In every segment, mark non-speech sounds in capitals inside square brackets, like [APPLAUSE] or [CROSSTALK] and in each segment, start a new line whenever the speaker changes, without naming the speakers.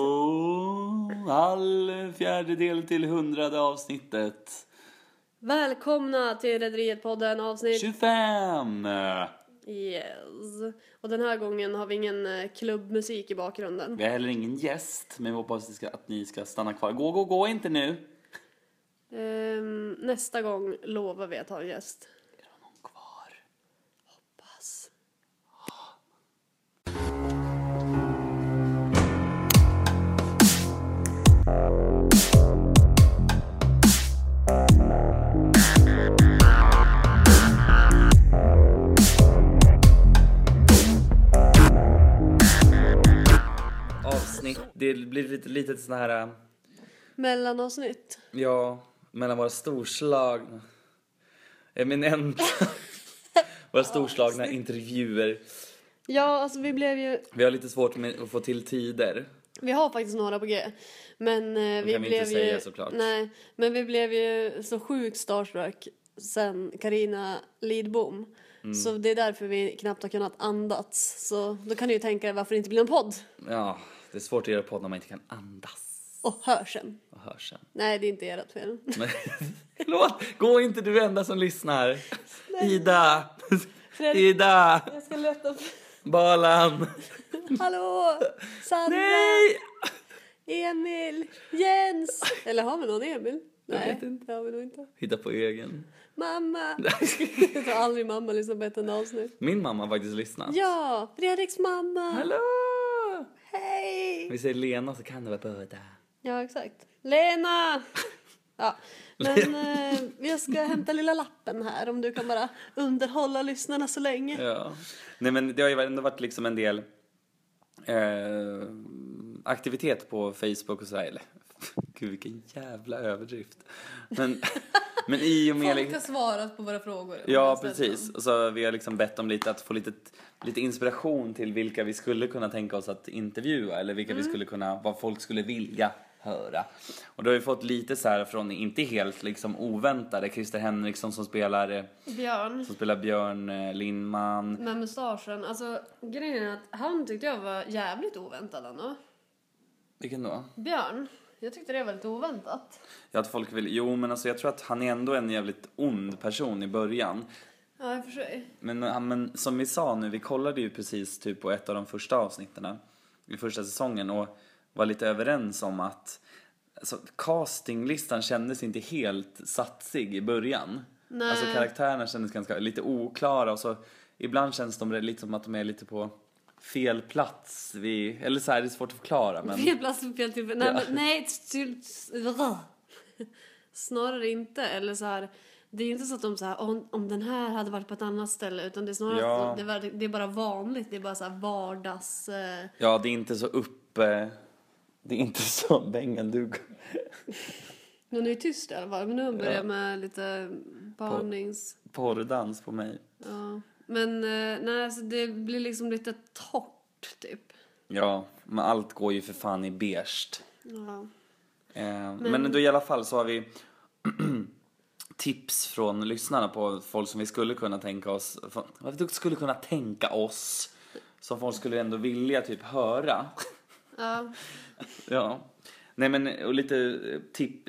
Oh, all fjärdedel till hundrade avsnittet.
Välkomna till Rederiet-podden avsnitt
25!
Yes. Och den här gången har vi ingen eh, klubbmusik i bakgrunden.
Vi har heller ingen gäst, men vi hoppas att ni ska, att ni ska stanna kvar. Gå, gå, gå inte nu! Är
Ehm, nästa gång lovar vi att ha en gäst.
det någon kvar?
Pass.
Avsnitt. Det blir lite, lite sån här, äh,
Mellanavsnitt.
ja, mellan våra storslagna, eminenta, [LAUGHS] våra storslagna intervjuer.
Ja, alltså vi blev ju...
Vi har lite svårt med att få till tider.
Vi har faktiskt några på G. Men eh, vi
kan vi
blev
inte
ju...
säga såklart.
Nej, men vi blev ju så sjukt starstruck sen Karina Lidbom.
Mm.
Så det är därför vi knappt har kunnat andats. Så då kan ni ju tänka er varför det inte blir någon podd.
Ja, det är svårt att göra podd när man inte kan andas
Och hörseln.
och hörseln.
Nej, det är inte ert
[LAUGHS]
fel.
Men, förlåt, gå inte du enda som lyssnar. Ida, Ida,
Jag ska leta upp...
Balan.
Hallå! Sandra!
Nej!
Emil! Jens! Eller har vi någon Emil? Nej,
vet inte.
det har vi nog inte.
Hitta på egen. [LAUGHS]
Mamma! Jag tror aldrig mamma lyssnar på ett enda avsnitt.
Min mamma har faktiskt lyssnat.
Ja! Fredriks mamma!
Hallå!
Hej!
Vi säger Lena så kan det vara båda.
Ja, exakt.
[LAUGHS]
Lena! Ja, men eh, jag ska hämta lilla lappen här om du kan bara underhålla lyssnarna så länge.
Ja. Nej men det har ju ändå varit liksom en del eh, aktivitet på Facebook och sådär. Eller, [LAUGHS] Gud vilken jävla överdrift. Men, men i och med... liksom-
Folk har svarat på våra frågor.
Ja, precis. Och så vi har liksom bett om lite att få lite, lite inspiration till vilka vi skulle kunna tänka oss att intervjua eller vilka vi skulle kunna, vad folk skulle vilja höra. Och då har vi fått lite så här från, inte helt liksom oväntade, Christer Henriksson som spelar, eh,
Björn
som spelar Björn eh, Lindman.
med mustaschen. Alltså grejen är att han tyckte jag var jävligt oväntad ändå.
Vilken då?
Björn, jag tyckte det var lite oväntat.
Ja, att folk vill, jo men alltså jag tror att han är ändå en jävligt ond person i början.
Ja, i och för sig.
Men, ja, men som vi sa nu, vi kollade ju precis typ på ett av de första avsnitten i första säsongen och var lite överens om att alltså, castinglistan kändes inte helt satsig i början.
Nej.
Alltså karaktärerna kändes ganska lite oklara och så ibland känns de lite som att de är lite på fel plats vid, eller så här, det är svårt att förklara men
Fel plats för fel tillfälle. Nej,
Ja.
men, nej. Till, snarare inte. Eller så här. Det är ju inte så att de så här, om, om den här hade varit på ett annat ställe utan det är snarare
Ja.
att det, var, det är bara vanligt. Det är bara så här vardags... Eh,
ja det är inte så uppe, det är inte [LAUGHS] så, Bengan du
men nu är det tyst i alla fall. Men nu har han börjat
Ja.
med lite parnings...
porrdans på mig.
Ja, men eh, nej, alltså det blir liksom lite torrt typ.
Ja, men allt går ju för fan i beige.
Ja.
Eh, men... då i alla fall så har vi [CLEARS THROAT] tips från lyssnarna på folk som vi skulle kunna tänka oss, vad vi skulle kunna tänka oss, som folk skulle ändå vilja typ höra.
ja.
ja. Nej men, och lite eh, tipp,
[LAUGHS]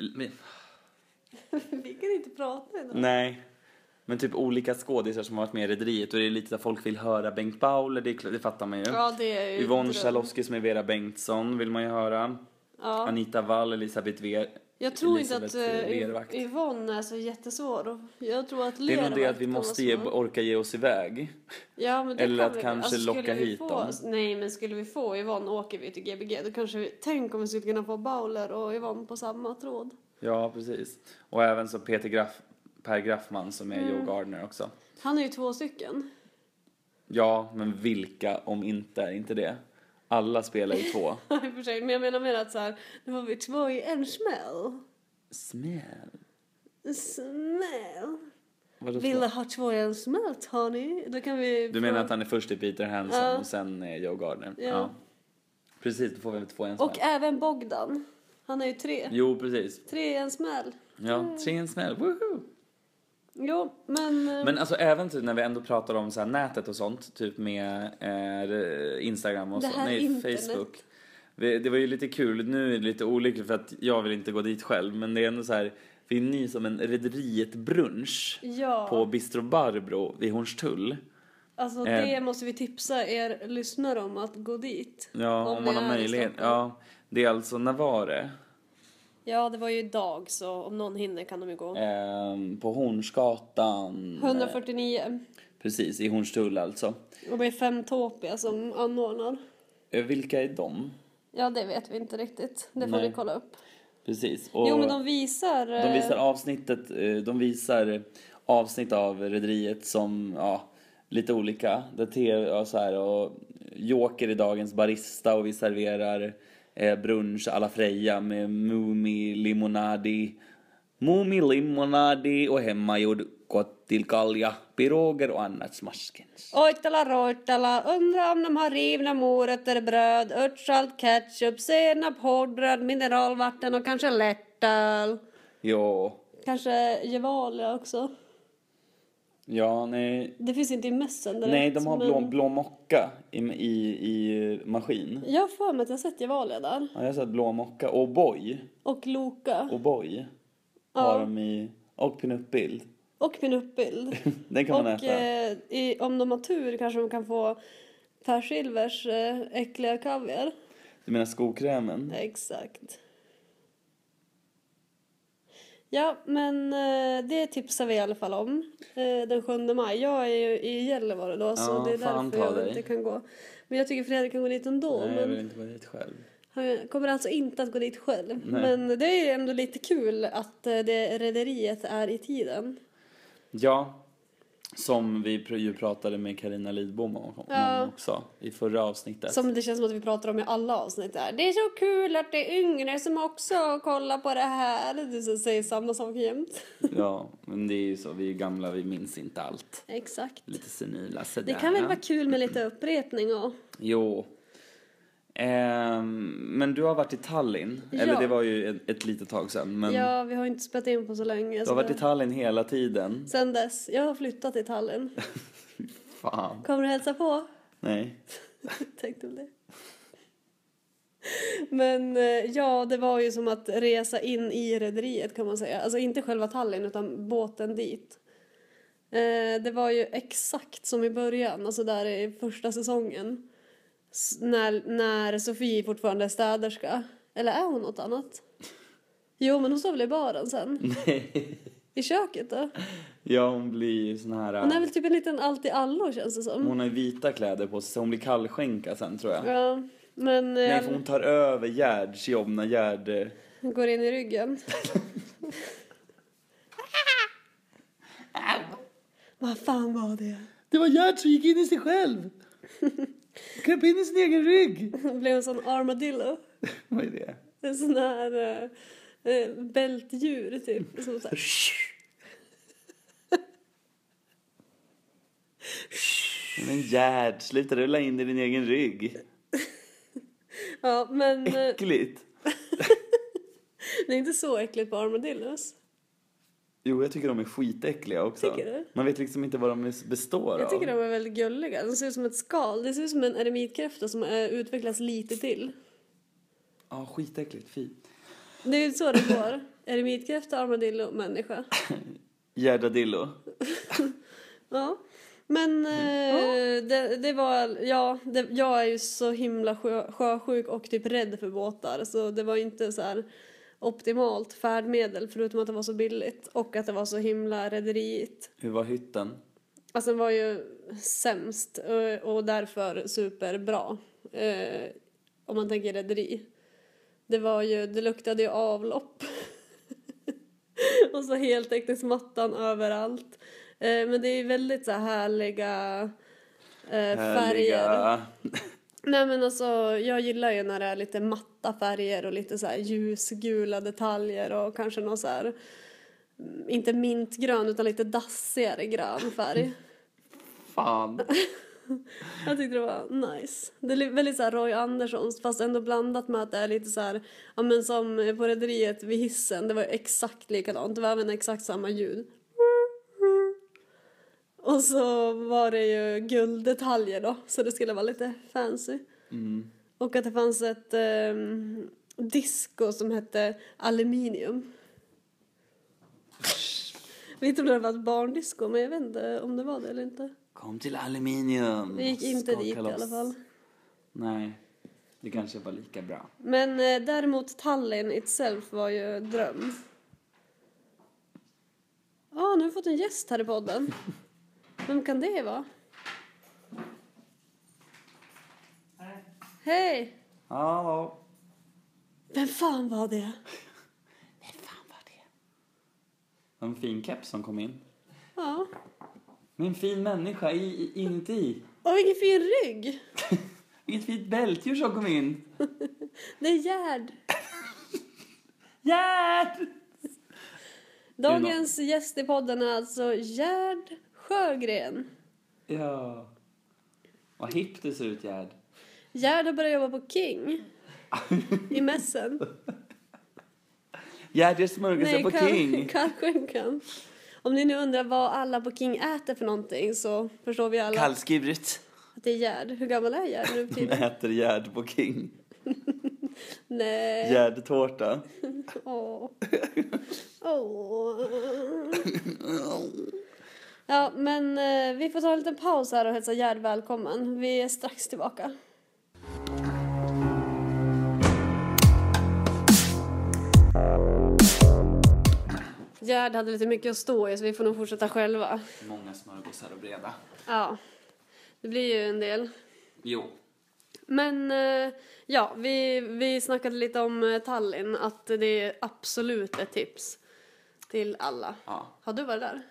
Vi kan inte prata idag.
nej. Men typ olika skådisar som har varit med i Rederiet och det är lite att folk vill höra Bengt Bauler, det, är klart- det fattar man ju.
Ja, det är ju
Yvonne
dröm.
Schalowski som är Vera Bengtsson vill man ju höra.
Ja.
Anita Wall, Elisabeth Ver...
Jag tror inte att
Elisabeth,
eh,
eh, Lervakt.
Yv- Yvonne är så jättesvår. och- Jag tror att
Det är nog det
Lervakt
att vi
kan vara
måste ge,
svår.
orka ge oss iväg.
Ja, men det
eller
kan
att
vi- alltså,
kanske
skulle
locka
vi
hit
få,
dem.
Nej, men skulle vi få Yvonne åker vi till Gbg. Då kanske vi, tänk om vi skulle kunna få Bowler och Yvonne på samma tråd.
Ja, precis. Och även så Peter Graff, Per Graffman som är
Mm.
Joe Gardner också.
Han är ju två stycken. [LAUGHS]
Ja, men vilka om inte? Är inte det? Alla spelar ju två.
I och för sig, men jag menar mer att så här, nu har vi två i en smäll.
[LAUGHS] Smäll.
Smäll.
Vadå
Vill
två?
ha två i en smält hörni? Då kan vi...
Du menar att han är först i Peter Hanson
Ja.
och sen är Joe Gardner?
Ja.
Precis, då får vi två i en smäll.
Och även Bogdan. Han är ju tre.
Jo, precis.
Tre i en smäll. Mm.
Ja, tre i en smäll. Woohoo!
Jo, men... eh,
Men alltså även typ när vi ändå pratar om så här nätet och sånt, typ med eh, Instagram och
Det
så,
här
nej
internet.
Facebook. Vi- Det var ju lite kul, nu är det lite olyckligt för att jag vill inte gå dit själv men det är ändå så här, vi är ny som en Rederiet-brunch
Ja,
på Bistro Barbro vid Hornstull.
alltså
eh,
det måste vi tipsa er lyssnare om att gå dit.
Ja, om,
ni
man har
är i
möjlighet.
Stockholm.
Ja, det är alltså, när var det?
ja, det var ju idag så om någon hinner kan de ju gå.
Ehm, på Hornsgatan.
149.
Precis, i Hornstull alltså.
Och det är fem tåpiga som anordnar.
Eh, Vilka är de?
Ja, det vet vi inte riktigt. Det får
Nej.
ni kolla upp.
Precis. Och
jo, men de visar...
de visar
eh,
avsnittet, eh, de visar avsnitt av Rederiet som, ja, lite olika. Där TV, ja, så här, och Joker är dagens barista och vi serverar eh, brunch à la Freja med Mumi limonadi. Mumi limonadi och hemmagjord kottilkalja, piroger och annat smaskens.
Ojtala rojtala, undrar om de har rivna morötter, bröd, örtsalt, ketchup, senap, hårdbröd, mineralvatten och kanske lättöl.
Ja,
Kanske Gevalia också.
ja nej.
Det finns inte i mässen direkt.
Nej, de har blå,
men-
blå mocka i, i, i maskin.
Jag har för mig att jag har sett Gevalia där.
Ja, jag har sett blå mocka. Och boy,
Och Loka.
och boy har de i... Och pinup-bild. [LAUGHS]
Och pinup-bild.
Den kan man
och
äta.
eh, i, om de har tur kanske de kan få Per Silvers eh, äckliga kaviar.
Du menar
eh,
skokrämen?
Exakt. Ja, men eh, det tipsar vi i alla fall om. Eh, den 7 maj. Jag är ju i Gällivare då så
Ja,
det är
fan
därför
ta
jag
dig.
inte kan gå. Men jag tycker Fredrik kan gå dit ändå.
Nej, jag
men
vill inte gå dit själv.
Han kommer alltså inte att gå dit själv.
Nej.
Men det är ju ändå lite kul att eh, det rederiet är i tiden.
Ja, som vi pr- ju pratade med Karina Lidbom om om
Ja.
också i förra avsnittet.
Som det känns som att vi pratar om i alla avsnitt där. Det är så kul att det är yngre som också kollar på det här. Du som säger samma sak jämt.
Ja, men det är ju så. Vi är gamla, vi minns inte allt.
Exakt.
Lite senila
Det
sådär.
kan väl vara kul med lite upprepning och...
Jo. Ehm, men du har varit i Tallinn. Eller
Ja.
det var ju ett, ett litet tag sedan. Men
Ja, alltså- vi har ju inte spelat in på så länge.
du
Så
har varit i
det-
Tallinn hela tiden.
Sen dess. Jag har flyttat till Tallinn.
Fan.
Kommer du hälsa på? [LAUGHS]
Nej. [LAUGHS]
Tänkte väl det. Men eh, ja, det var ju som att resa in i rederiet kan man säga. Alltså inte själva Tallinn utan båten dit. Eh, Det var ju exakt som i början, alltså där i första säsongen. S- När, när Sofie fortfarande är städerska. Eller är hon något annat? Jo, men hon står väl i baren sen?
Nej.
I köket då?
Ja, hon blir ju sån här...
Hon är väl typ en liten allt-i-allo känns det som.
hon har ju vita kläder på sig så hon blir kallskänka sen tror jag.
Ja, men... eh,
Nej, för hon tar över Gerds jobb när Gerd... eh,
Går in
[LAUGHS]
i ryggen. Vad fan var det?
Det var Gerd som gick in i sig
[LAUGHS]
själv! Kröp in i sin egen rygg!
Det blev en sån armadillo.
Vad är det?
En sån här eh, eh, bältdjur typ. Som så här.
[LAUGHS] Men Gerd, sluta rulla in i din egen rygg.
Ja men eh,
Äckligt.
det är inte så äckligt på armadillos.
Jo, jag tycker de är skitäckliga också.
Tycker du?
Man vet liksom inte vad de består
Jag tycker
av.
de är väldigt gulliga. De ser ut som ett skal. Det ser ut som en eremitkräfta som eh, utvecklas lite till.
Ja, skitäckligt. Fy.
Det är ju så det går.
[LAUGHS]
Eremitkräfta, armadillo, människa.
Gerdadillo.
Ja. Men eh, det, det var, ja, det, jag är ju så himla sjö, sjösjuk och typ rädd för båtar så det var inte så här optimalt färdmedel förutom att det var så billigt och att det var så himla rederiigt.
Hur var hytten?
Alltså den var ju sämst eh, och därför superbra eh, om man tänker rederi. Det var ju, det luktade ju avlopp [LAUGHS] och så heltäckningsmattan överallt. Eh, men det är ju väldigt så här härliga eh, färger.
Härliga.
Nej men alltså jag gillar ju när det är lite matta färger och lite så här ljusgula detaljer och kanske någon så här mm, inte mintgrön utan lite dassigare grön färg.
Fan.
Jag tyckte det var nice. Det är li- väldigt så här Roy Anderssons fast ändå blandat med att det är lite så här, ja men som eh, på Rederiet vid hissen, det var ju exakt likadant, det var även exakt samma ljud. Och så var det ju gulddetaljer då, så det skulle vara lite fancy.
Mm.
Och att det fanns ett ehm, disco som hette Aluminium. Jag vet inte om det var ett barndisco, men jag vet inte om det var det eller inte.
Kom till aluminium.
Det gick inte
Skaka
dit i
loss.
alla fall.
Nej, det kanske var lika bra.
Men eh, däremot Tallinn itself var ju dröm. Ja, nu har vi fått en gäst här i podden. Vem kan det vara? Hej!
Hallå.
Vem fan var det?
Vem fan var det? Det var en fin keps som kom in.
Ja.
Med en fin människa i, i, inuti.
Och vilken fin rygg!
Vilket fint bältdjur som kom in.
Det är Gerd.
Gerd!
Dagens gäst i podden är alltså Gerd Sjögren.
Ja. Vad hipp du ser ut, Gerd.
Gerd har börjat jobba på King. I mässen.
Gerd gör smörgåsar på
kall- [LAUGHS]
King.
kallskänkan. Om ni nu undrar vad alla på King äter för någonting så förstår vi alla
Kallskuret.
att det är Gerd. Hur gammal är Gerd nu typ?
Hon
till?
äter Gerd på King.
Nej.
Gärdtårta. [LAUGHS]
Åh. Åh. Ja, men eh, vi får ta en liten paus här och hälsa Gerd välkommen. Vi är strax tillbaka. Gerd hade lite mycket att stå i så vi får nog fortsätta själva.
Många smörgåsar och breda.
Ja, det blir ju en del.
Jo.
Men eh, ja, vi, vi snackade lite om eh, Tallinn, att det är absolut ett tips till alla.
Ja.
Har du varit där?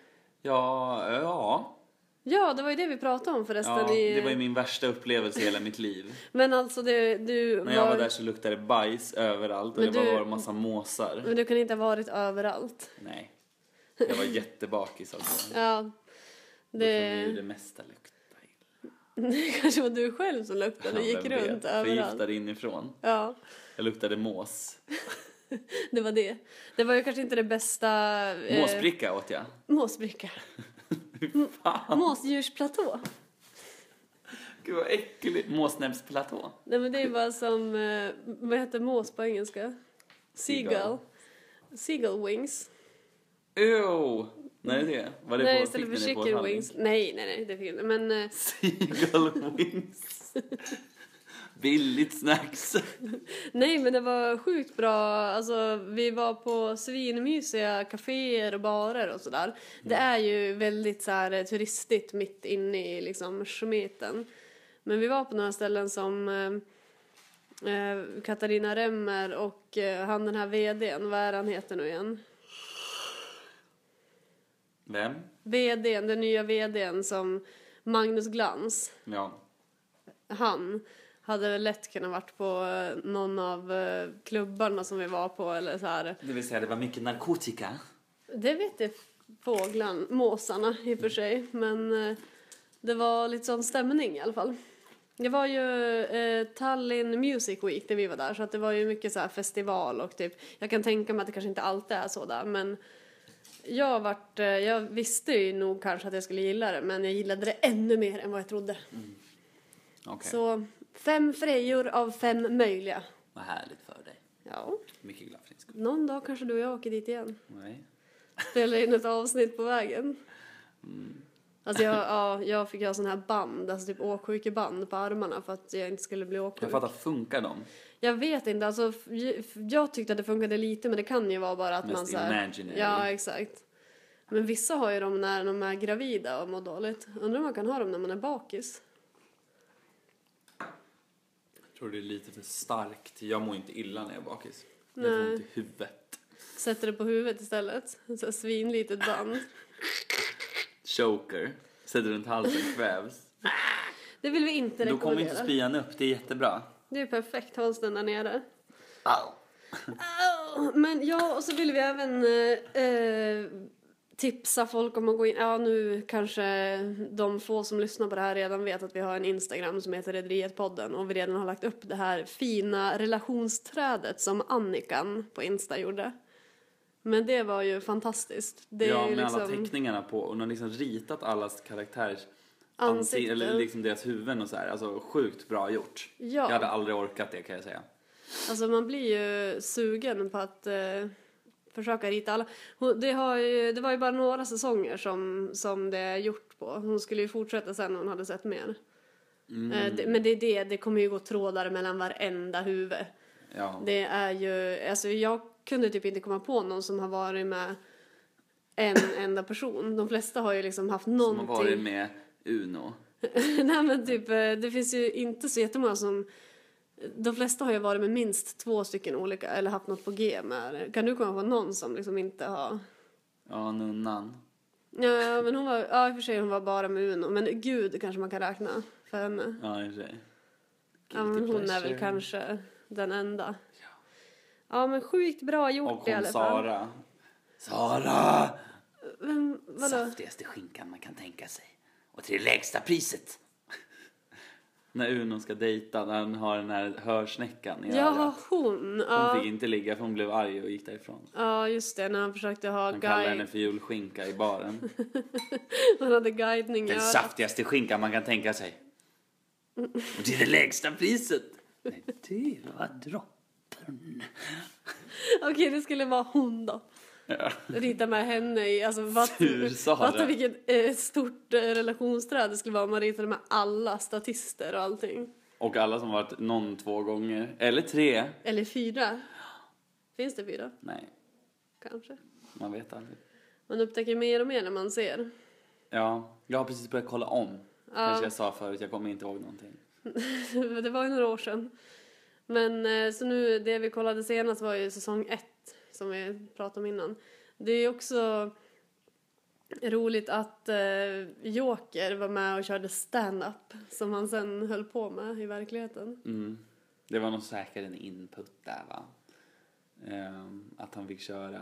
Ja, ja.
Ja, det var ju det vi pratade om förresten.
ja
i,
det var ju min värsta upplevelse i hela mitt liv.
Men alltså, det, du
När jag var där så luktade det bajs överallt och
Men
det var
du-
bara en massa måsar.
Men du kan inte ha varit överallt.
Nej. Jag var jättebakis alltså.
Ja,
Då kan
[LAUGHS] det,
ju det mesta lukta illa.
det [LAUGHS] kanske var du själv som luktade,
Ja,
gick
vem vet?
runt överallt.
Förgiftad inifrån.
Ja,
Jag luktade mås.
det var det. Det var ju kanske inte det bästa... eh,
Måsbricka åt jag. [LAUGHS]
Måsbricka.
Fan,
Måsdjursplatå.
gud vad äckligt. Måsnäbbsplatå.
Nej men det är bara som, eh, vad heter mås på engelska? Seagull.
Seagull.
Seagull wings.
Ew! När är det? Var det
nej
på,
istället för
fick ni det på
chicken
Tallinn? [LAUGHS]
wings. Nej nej nej det fick jag inte. Men eh,
Seagull
[LAUGHS]
wings. Billigt snacks.
nej men det var sjukt bra. Alltså vi var på svinmysiga kaféer och barer och sådär. Det
Mm.
är ju väldigt så här eh, turistigt mitt inne i liksom smeten. Men vi var på några ställen som eh, eh, Katarina Remmer och eh, han den här vdn, vad är han heter nu igen?
Vem?
VDn, den nya VDn som Magnus Glans,
Ja.
han hade väl lätt kunnat varit på eh, någon av eh, klubbarna som vi var på eller så här.
Det vill säga det var mycket narkotika.
Det vet jag fåglarna, måsarna i och för sig, men eh, det var lite sån stämning i alla fall. Det var ju eh, Tallinn Music Week där vi var där så att det var ju mycket så här festival och typ jag kan tänka mig att det kanske inte alltid är så där men jag vart, eh, jag visste ju nog kanske att jag skulle gilla det men jag gillade det ännu mer än vad jag trodde.
Okej.
Så fem frejor av fem möjliga.
Vad härligt för dig.
Ja,
Mycket glad för din skull.
någon dag kanske du och jag åker dit igen.
Nej.
spela in ett avsnitt på vägen. Alltså jag, ja, jag fick ha sån här band, alltså typ åksjukeband på armarna för att jag inte skulle bli åksjuk.
Jag fattar, funkar de?
Jag vet inte, alltså f- ju- f- jag tyckte att det funkade lite men det kan ju vara bara att
Mest
man såhär...
imaginary.
Ja, exakt. Men vissa har ju dem när de är gravida och mår dåligt. Undrar om man kan ha dem när man är bakis?
Jag tror det är lite för starkt. Jag mår inte illa när jag är bakis. Jag får
Nej.
ont i huvudet.
Sätter det på huvudet istället. Så här svinlitet band.
Choker. Sätter runt
[LAUGHS]
halsen, kvävs.
Det vill vi inte
Då kommer
rekommendera.
inte spyan upp, det är jättebra.
det är perfekt, håll den där nere.
Au.
Au! Men ja, och så vill vi även eh, eh, tipsa folk om att gå in. Ja, nu kanske de få som lyssnar på det här redan vet att vi har en Instagram som heter Rederiet-podden och vi redan har lagt upp det här fina relationsträdet som Annikan på Insta gjorde. Men det var ju fantastiskt. Det
ja,
är ju
med
liksom...
alla teckningarna på. Och de har liksom ritat allas karaktärer. ansikten, eller
ansikten.
liksom deras huvuden och så här. Alltså sjukt bra gjort. Jag hade
Ja,
aldrig orkat det kan jag säga.
alltså man blir ju sugen på att eh, försöka rita alla. Hon, det, har ju, det var ju bara några säsonger som, som det är gjort på. Hon skulle ju fortsätta sen när hon hade sett mer.
Mm.
Eh, det, men det är det, det kommer ju gå trådar mellan varenda huvud.
Ja.
Det är ju, alltså jag kunde typ inte komma på någon som har varit med en enda person. De flesta har ju liksom haft
Som har
någonting.
varit med Uno.
[LAUGHS] Nej men typ, eh, det finns ju inte så jättemånga som... De flesta har ju varit med minst två stycken olika, eller haft något på G med. Kan du komma på någon som liksom inte har...
Ja, nunnan.
Ja men hon var, ja i och för sig hon var bara med Uno, men gud kanske man kan räkna för henne.
Ja, i och för sig.
Ja men
Guilty
hon är
pleasure.
väl kanske den enda. Ja men sjukt bra gjort
Och
i alla
hon
fall.
Sara. Sara!
Vem, vadå?
Saftigaste skinkan man kan tänka sig. Och till det lägsta priset. [LAUGHS] när Uno ska dejta, när han har den här hörsnäckan i
Ja,
örat.
hon.
Hon
Ja.
fick inte ligga för hon blev arg och gick därifrån.
ja, just det. När han försökte ha
Han kallade henne
guide.
för julskinka i baren.
[LAUGHS] Han hade guidning i
Den
örat.
saftigaste skinkan man kan tänka sig. Och till det lägsta
[LAUGHS]
priset. Men det var droppen.
Okej, det skulle vara hon då.
Ja.
Rita med henne i, alltså vatten.
Sur Sara.
Fatta vilket eh, stort eh, relationsträd det skulle vara om man ritade med alla statister och allting.
Och alla som varit någon två gånger. Eller tre.
Eller fyra. Finns det fyra?
Nej,
Kanske.
man vet aldrig.
Man upptäcker mer och mer när man ser.
Ja, jag har precis börjat kolla om. Kanske jag sa förut, jag kommer inte ihåg någonting.
[LAUGHS] det var ju några år sedan. Men eh, så nu, det vi kollade senast var ju säsong ett, som vi pratade om innan. Det är ju också roligt att eh, Joker var med och körde stand-up som han sen höll på med i verkligheten.
Mm. Det var nog säkert en input där va. Ehm, att han fick köra.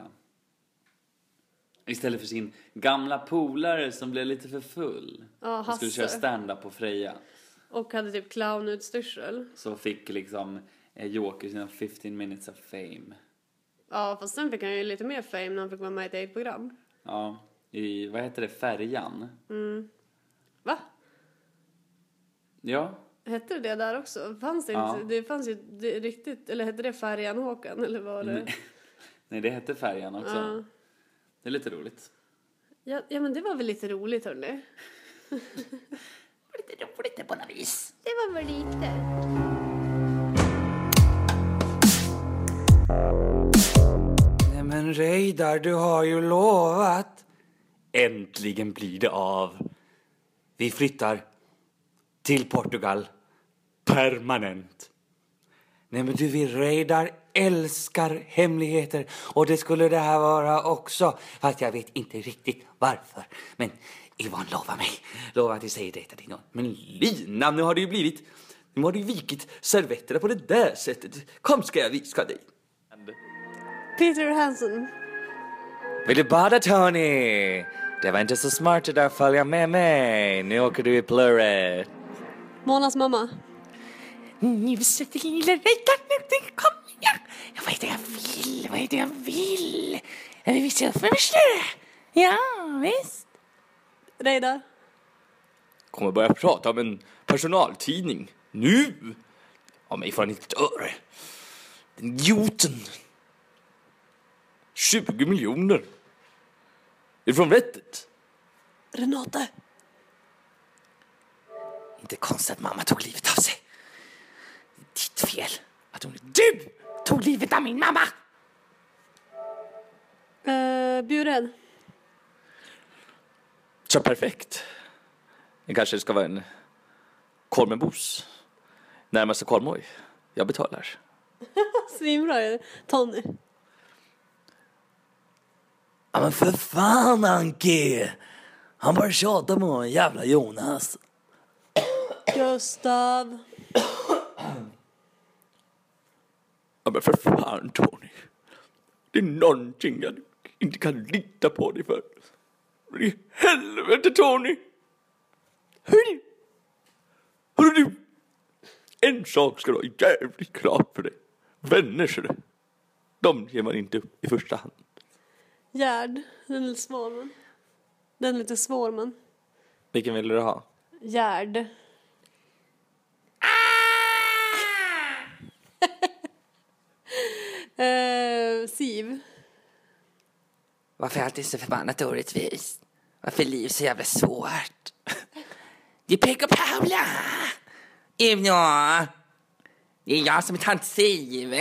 Istället för sin gamla polare som blev lite för full.
Ja,
Han skulle
Hasse.
köra stand-up på Freja.
Och hade typ clownutstyrsel.
Så fick liksom eh, Joker sina 15 minutes of fame.
Ja, fast sen fick han ju lite mer fame när han fick vara med i ett eget program.
Ja, i, vad heter det, Färjan?
Va?
Ja,
Hette det det där också? Fanns det
Ja.
inte? Det fanns ju det, riktigt, eller hette det Färjan-Håkan eller vad det?
Nej. [LAUGHS] nej det hette Färjan också.
Ja.
Det är lite roligt.
Ja, ja, men det var väl lite roligt hörni.
Lite roligt på något vis.
Det var väl lite.
Nej men Reidar, du har ju lovat. Äntligen blir det av. Vi flyttar till Portugal. Permanent. Nej men du, vi Reidar älskar hemligheter och det skulle det här vara också. Fast jag vet inte riktigt varför. Men Ivan, lova mig. Lova att du säger detta till någon. Men Lina, nu har det ju blivit... Nu har du ju vikit servetterna på det där sättet. Kom ska jag viska dig.
Peter Hansen.
Vill du bada Tony? Det var inte så smart det där följa med mig. Nu åker du i plurret.
Monas mamma.
Nu sätter jag lilla Rickard nu. det- Kom igen. Ja, vad är det jag vill? Vad är det jag vill? Jag vill surfa med snö. Ja, visst.
Reidar.
Kommer börja prata om en personaltidning. Nu! Av mig får han inte ett öre. Den idioten. 20 miljoner. Ifrån vettet.
Renate.
Inte konstigt att mamma tog livet av sig. Det är ditt fel att hon... Du tog livet av min mamma!
Uh, Bjuren.
Så perfekt. Det kanske ska vara en Kolmebos. Närmaste Kolmoj. Jag betalar.
Svinbra ju. Tony.
Ja men för fan Anki! Han bara tjatar med honom, jävla Jonas.
Gustav.
Ja men för fan Tony. Det är någonting jag inte kan lita på dig för. Men i helvete Tony! Hej! Hörru du! En sak ska du ha jävligt klart för dig. Vänner ser du. De ger man inte upp i första hand.
Gerd. Den är lite svår men. Den är lite svår men.
Vilken vill du ha?
Gärd. [LAUGHS] eh, Siv.
Varför är allting så förbannat orättvist? Varför är livet så jävla svårt? Det är Peg och Paula! Uno! Det är jag som är tant Siv!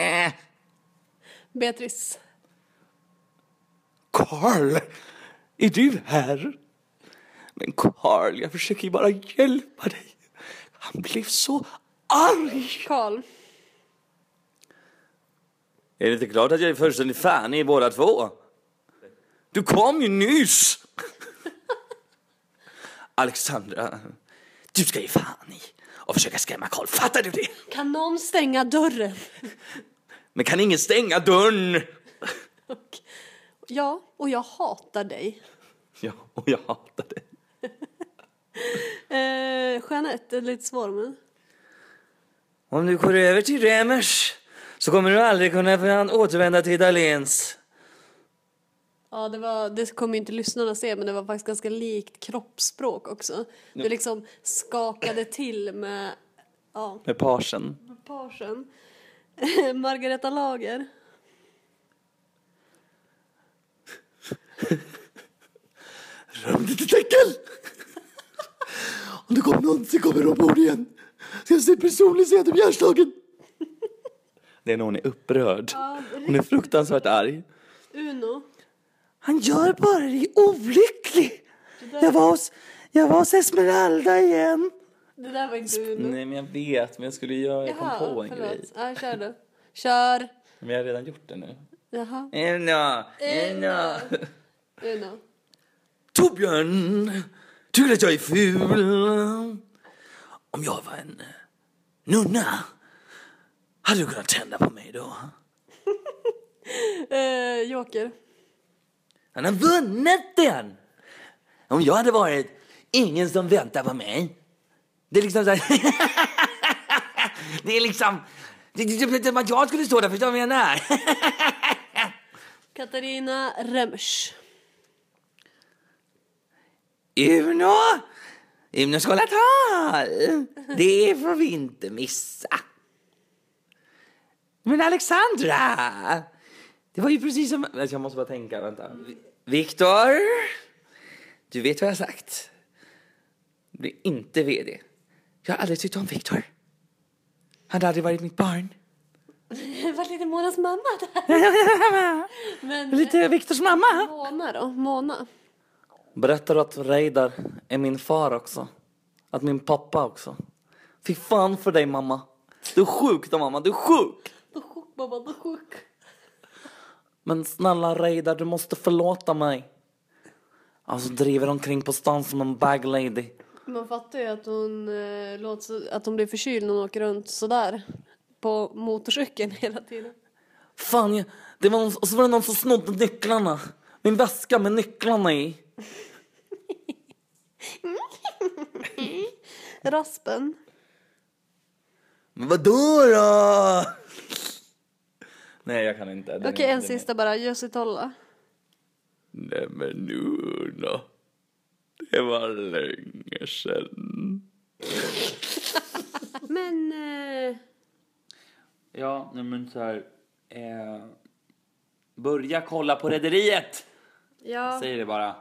Beatrice.
Karl, är du här? Men Karl, jag försöker ju bara hjälpa dig. Han blev så arg.
Karl.
Är det inte klart att jag är fullständigt fan i båda två? Du kom ju [LAUGHS] nyss! Alexandra, du ska ge fan i och försöka skrämma Karl, fattar du det?
Kan någon stänga dörren?
Men kan ingen stänga dörren?
Och, ja, och jag hatar dig.
Ja, och jag hatar det.
Eh, Jeanette, är lite svår men.
Om du går över till Remers så kommer du aldrig kunna återvända till Dahléns.
Ja, det, var, det kommer ju inte lyssnarna se, men det var faktiskt ganska likt kroppsspråk också. Du liksom skakade till med ja,
Med parsen.
parsen. [LAUGHS] Margareta Lager.
Rör ditt tecken! Om du kommer någonsin kommer du ombord igen. Ska jag se personligt se till bjärsdagen. Det är när hon är upprörd. Hon är fruktansvärt arg.
Uno.
Han gör bara dig olycklig. Jag var hos, jag var hos Esmeralda igen.
Det där var inte Uno.
Mm. Nej men jag vet, men jag skulle göra, jag kom på en grej.
förlåt. Ja, kör du. Kör.
Men jag har redan gjort det nu.
Jaha.
Enna,
Uno.
Torbjörn tycker att jag är ful. Om jag var en nunna, hade du kunnat tända på mig då?
Eh, joker.
Han har vunnit den! Om jag hade varit ingen som väntar på mig. Det är liksom så här... [LAUGHS] Det är liksom... Det det- det- det- att jag skulle stå där, förstår du vad jag menar?
Katarina Remsch.
Uno! Uno ska hålla tal! Det får vi inte missa. Men Alexandra! Det var ju precis som...
Alltså, jag måste bara tänka, vänta.
Viktor! Du vet vad jag har sagt. Bli inte vd. Jag har aldrig tyckt om Viktor. Han har aldrig varit mitt barn.
Det var lite Monas mamma där. Men eh,
Lite Viktors mamma.
Mona då? Mona.
Berättar du att Reidar är min far också? Att min pappa också? Fy fan för dig mamma. Du är sjuk då mamma, du är sjuk.
Då chock mamma, då chock.
Men snälla Reidar, du måste förlåta mig. Alltså driver omkring på stan som en bag lady.
Man fattar ju att hon, eh, låter, så- att hon blir förkyld när hon åker runt sådär. På motorcykeln [LAUGHS] hela tiden.
Fan, jag, det var någon, och så var det någon som snodde nycklarna. Min väska med nycklarna i.
Raspen.
Men vadå då?
Nej jag kan inte. Den är-
Okej, en
den är-
sista bara. Jösitolla.
Nej men nu då. Det var länge sedan.
Men... Eh,
Ja, nej men så här. Eh, börja kolla på Rederiet!
ja,
Säger det bara.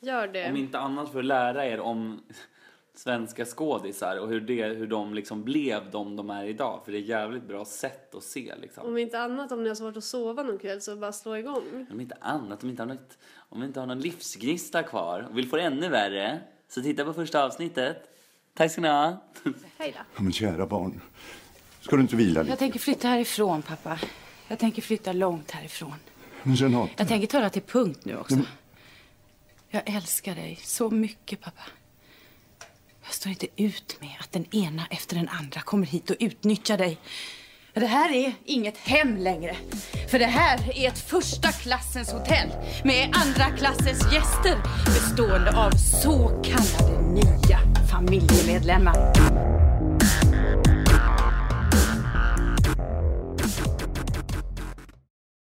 gör
Om
det.
inte annat för att lära er om [LAUGHS] svenska skådisar och hur, det, hur de liksom blev de de är idag. För det är ett jävligt bra sätt att se liksom.
Om inte annat, om ni har svårt att sova någon kväll så bara slå igång.
Om inte annat, om inte har något, om inte har någon livsgnista kvar och vill få det ännu värre, så titta på första avsnittet. Tack ska ni ha. [LAUGHS]
Hej då.
Ja, Men kära barn, ska du inte vila
Jag
lite?
tänker flytta härifrån, pappa. Jag tänker flytta långt härifrån.
Men Renate,
Jag tänker ta det till punkt nu också. Jag älskar dig så mycket, pappa. Jag står inte ut med att den ena efter den andra kommer hit och utnyttjar dig. Men Det här är inget hem längre. För det här är ett första klassens hotell med andra klassens gäster bestående av så kallade nya familjemedlemmar.